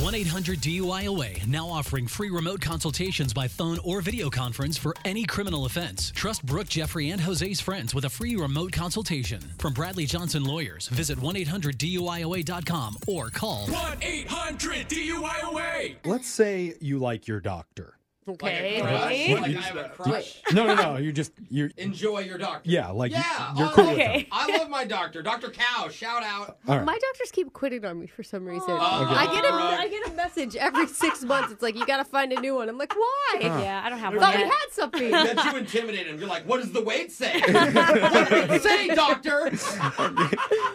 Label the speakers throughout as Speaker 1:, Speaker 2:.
Speaker 1: 1 800 DUIOA now offering free remote consultations by phone or video conference for any criminal offense. Trust Brooke, Jeffrey, and Jose's friends with a free remote consultation. From Bradley Johnson Lawyers, visit 1 800 DUIOA.com or call
Speaker 2: 1 800 DUIOA.
Speaker 3: Let's say you like your doctor.
Speaker 4: Okay.
Speaker 3: Right.
Speaker 4: Right?
Speaker 2: Like I have a crush.
Speaker 3: No, no, no. You're just you're.
Speaker 2: Enjoy your doctor.
Speaker 3: Yeah, like
Speaker 2: Yeah.
Speaker 3: you're
Speaker 2: I
Speaker 3: cool
Speaker 2: love-
Speaker 3: with
Speaker 4: Okay.
Speaker 3: him.
Speaker 2: I love my doctor, Dr. Cow. Shout out.
Speaker 3: All right.
Speaker 4: My doctors keep quitting on me for some reason.
Speaker 2: Okay.
Speaker 4: I get a
Speaker 2: Alright.
Speaker 4: I get a message every six months. It's like you gotta find a new one. I'm like, why?
Speaker 5: Yeah, I don't have
Speaker 4: Thought
Speaker 5: one
Speaker 4: we
Speaker 5: yet.
Speaker 4: had something.
Speaker 2: That you intimidate him. You're like, what does the weight say? what does it say, doctor?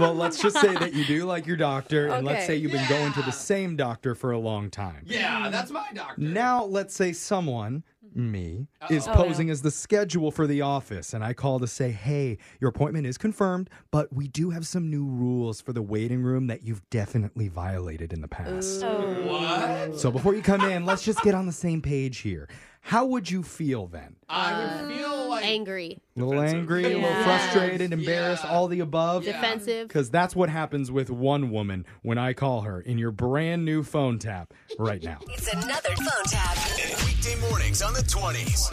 Speaker 3: well, let's just say that you do like your doctor, and let's
Speaker 4: Okay.
Speaker 3: say you've been going to
Speaker 2: Yeah.
Speaker 3: the same doctor for a long time.
Speaker 2: Yeah, that's my doctor.
Speaker 3: Now, let's say someone, me, is
Speaker 4: Oh,
Speaker 2: Uh-oh.
Speaker 3: posing as the schedule for the office, and I call to say, hey, your appointment is confirmed, but we do have some new rules for the waiting room that you've definitely violated in the
Speaker 4: Mm.
Speaker 3: past.
Speaker 2: What?
Speaker 3: So before you come in, let's just get on the same page here. How would you feel then?
Speaker 2: I would feel like.
Speaker 4: Angry,
Speaker 3: A little angry, a little
Speaker 5: Yeah.
Speaker 3: frustrated, embarrassed,
Speaker 2: Yeah.
Speaker 3: all the above.
Speaker 2: Yeah.
Speaker 4: defensive.
Speaker 3: Because that's what happens with one woman when I call her in your brand new phone tap right now.
Speaker 6: It's another phone tap.
Speaker 7: Weekday mornings on the 20s.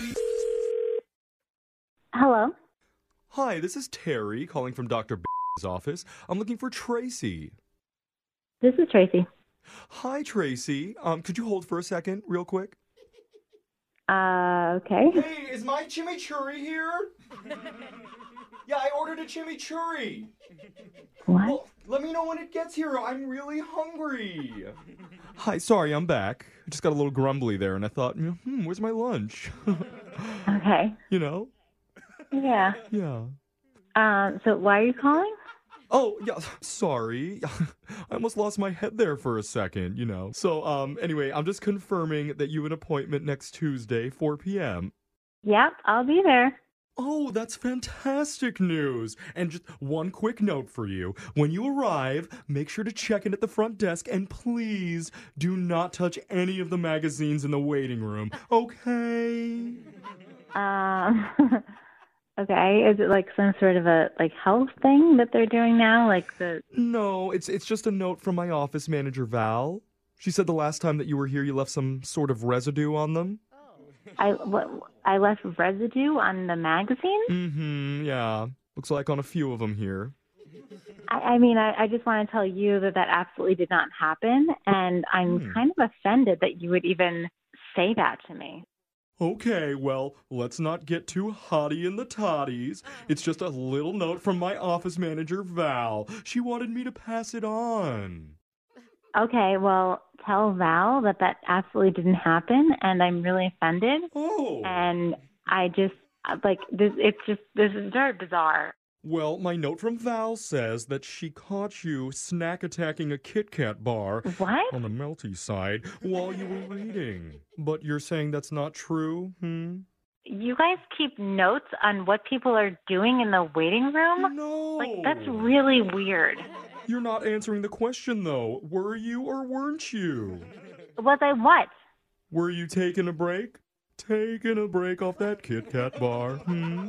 Speaker 8: Hello.
Speaker 3: Hi, this is Terry calling from Dr. B's office. I'm looking for Tracy.
Speaker 8: This is Tracy.
Speaker 3: Hi, Tracy. Um, could you hold for a second, real quick?
Speaker 8: Uh, okay.
Speaker 3: Hey, is my chimichurri here? yeah, I ordered a chimichurri.
Speaker 8: What?
Speaker 3: let me know when it gets here. I'm really hungry. Hi, sorry, I'm back. I just got a little grumbly there, and I thought, hmm, where's my lunch?
Speaker 8: Okay.
Speaker 3: you know?
Speaker 8: Yeah.
Speaker 3: Yeah.
Speaker 8: Um, so why are you calling?
Speaker 3: Oh, yeah, sorry. I almost lost my head there for a second, you know. So, um, anyway, I'm just confirming that you have an appointment next Tuesday, 4 p.m.
Speaker 8: Yep, I'll be there.
Speaker 3: Oh, that's fantastic news. And just one quick note for you. When you arrive, make sure to check in at the front desk and please do not touch any of the magazines in the waiting room. Okay?
Speaker 8: Um, okay. Is it like some sort of a like health thing that they're doing now? Like the
Speaker 3: No, it's it's just a note from my office manager Val. She said the last time that you were here you left some sort of residue on them.
Speaker 8: I what I left residue on the magazine.
Speaker 3: Mm-hmm, yeah. Looks like on a few of them here.
Speaker 8: I, I mean, I, I just want to tell you that that absolutely did not happen, and I'm kind of offended that you would even say that to me.
Speaker 3: Okay, well, let's not get too hotty in the toddies. It's just a little note from my office manager, Val. She wanted me to pass it on.
Speaker 8: Okay, well, tell Val that that absolutely didn't happen, and I'm really offended.
Speaker 3: Oh!
Speaker 8: and I just like this. It's just this is very bizarre.
Speaker 3: Well, my note from Val says that she caught you snack attacking a Kit Kat bar
Speaker 8: What?
Speaker 3: on the melty side while you were waiting. But you're saying that's not true, hmm?
Speaker 8: You guys keep notes on what people are doing in the waiting room?
Speaker 3: No!
Speaker 8: Like that's really weird.
Speaker 3: You're not answering the question, though. Were you or weren't you?
Speaker 8: Was I what?
Speaker 3: Were you taking a break? Taking a break off that Kit Kat bar. Hmm?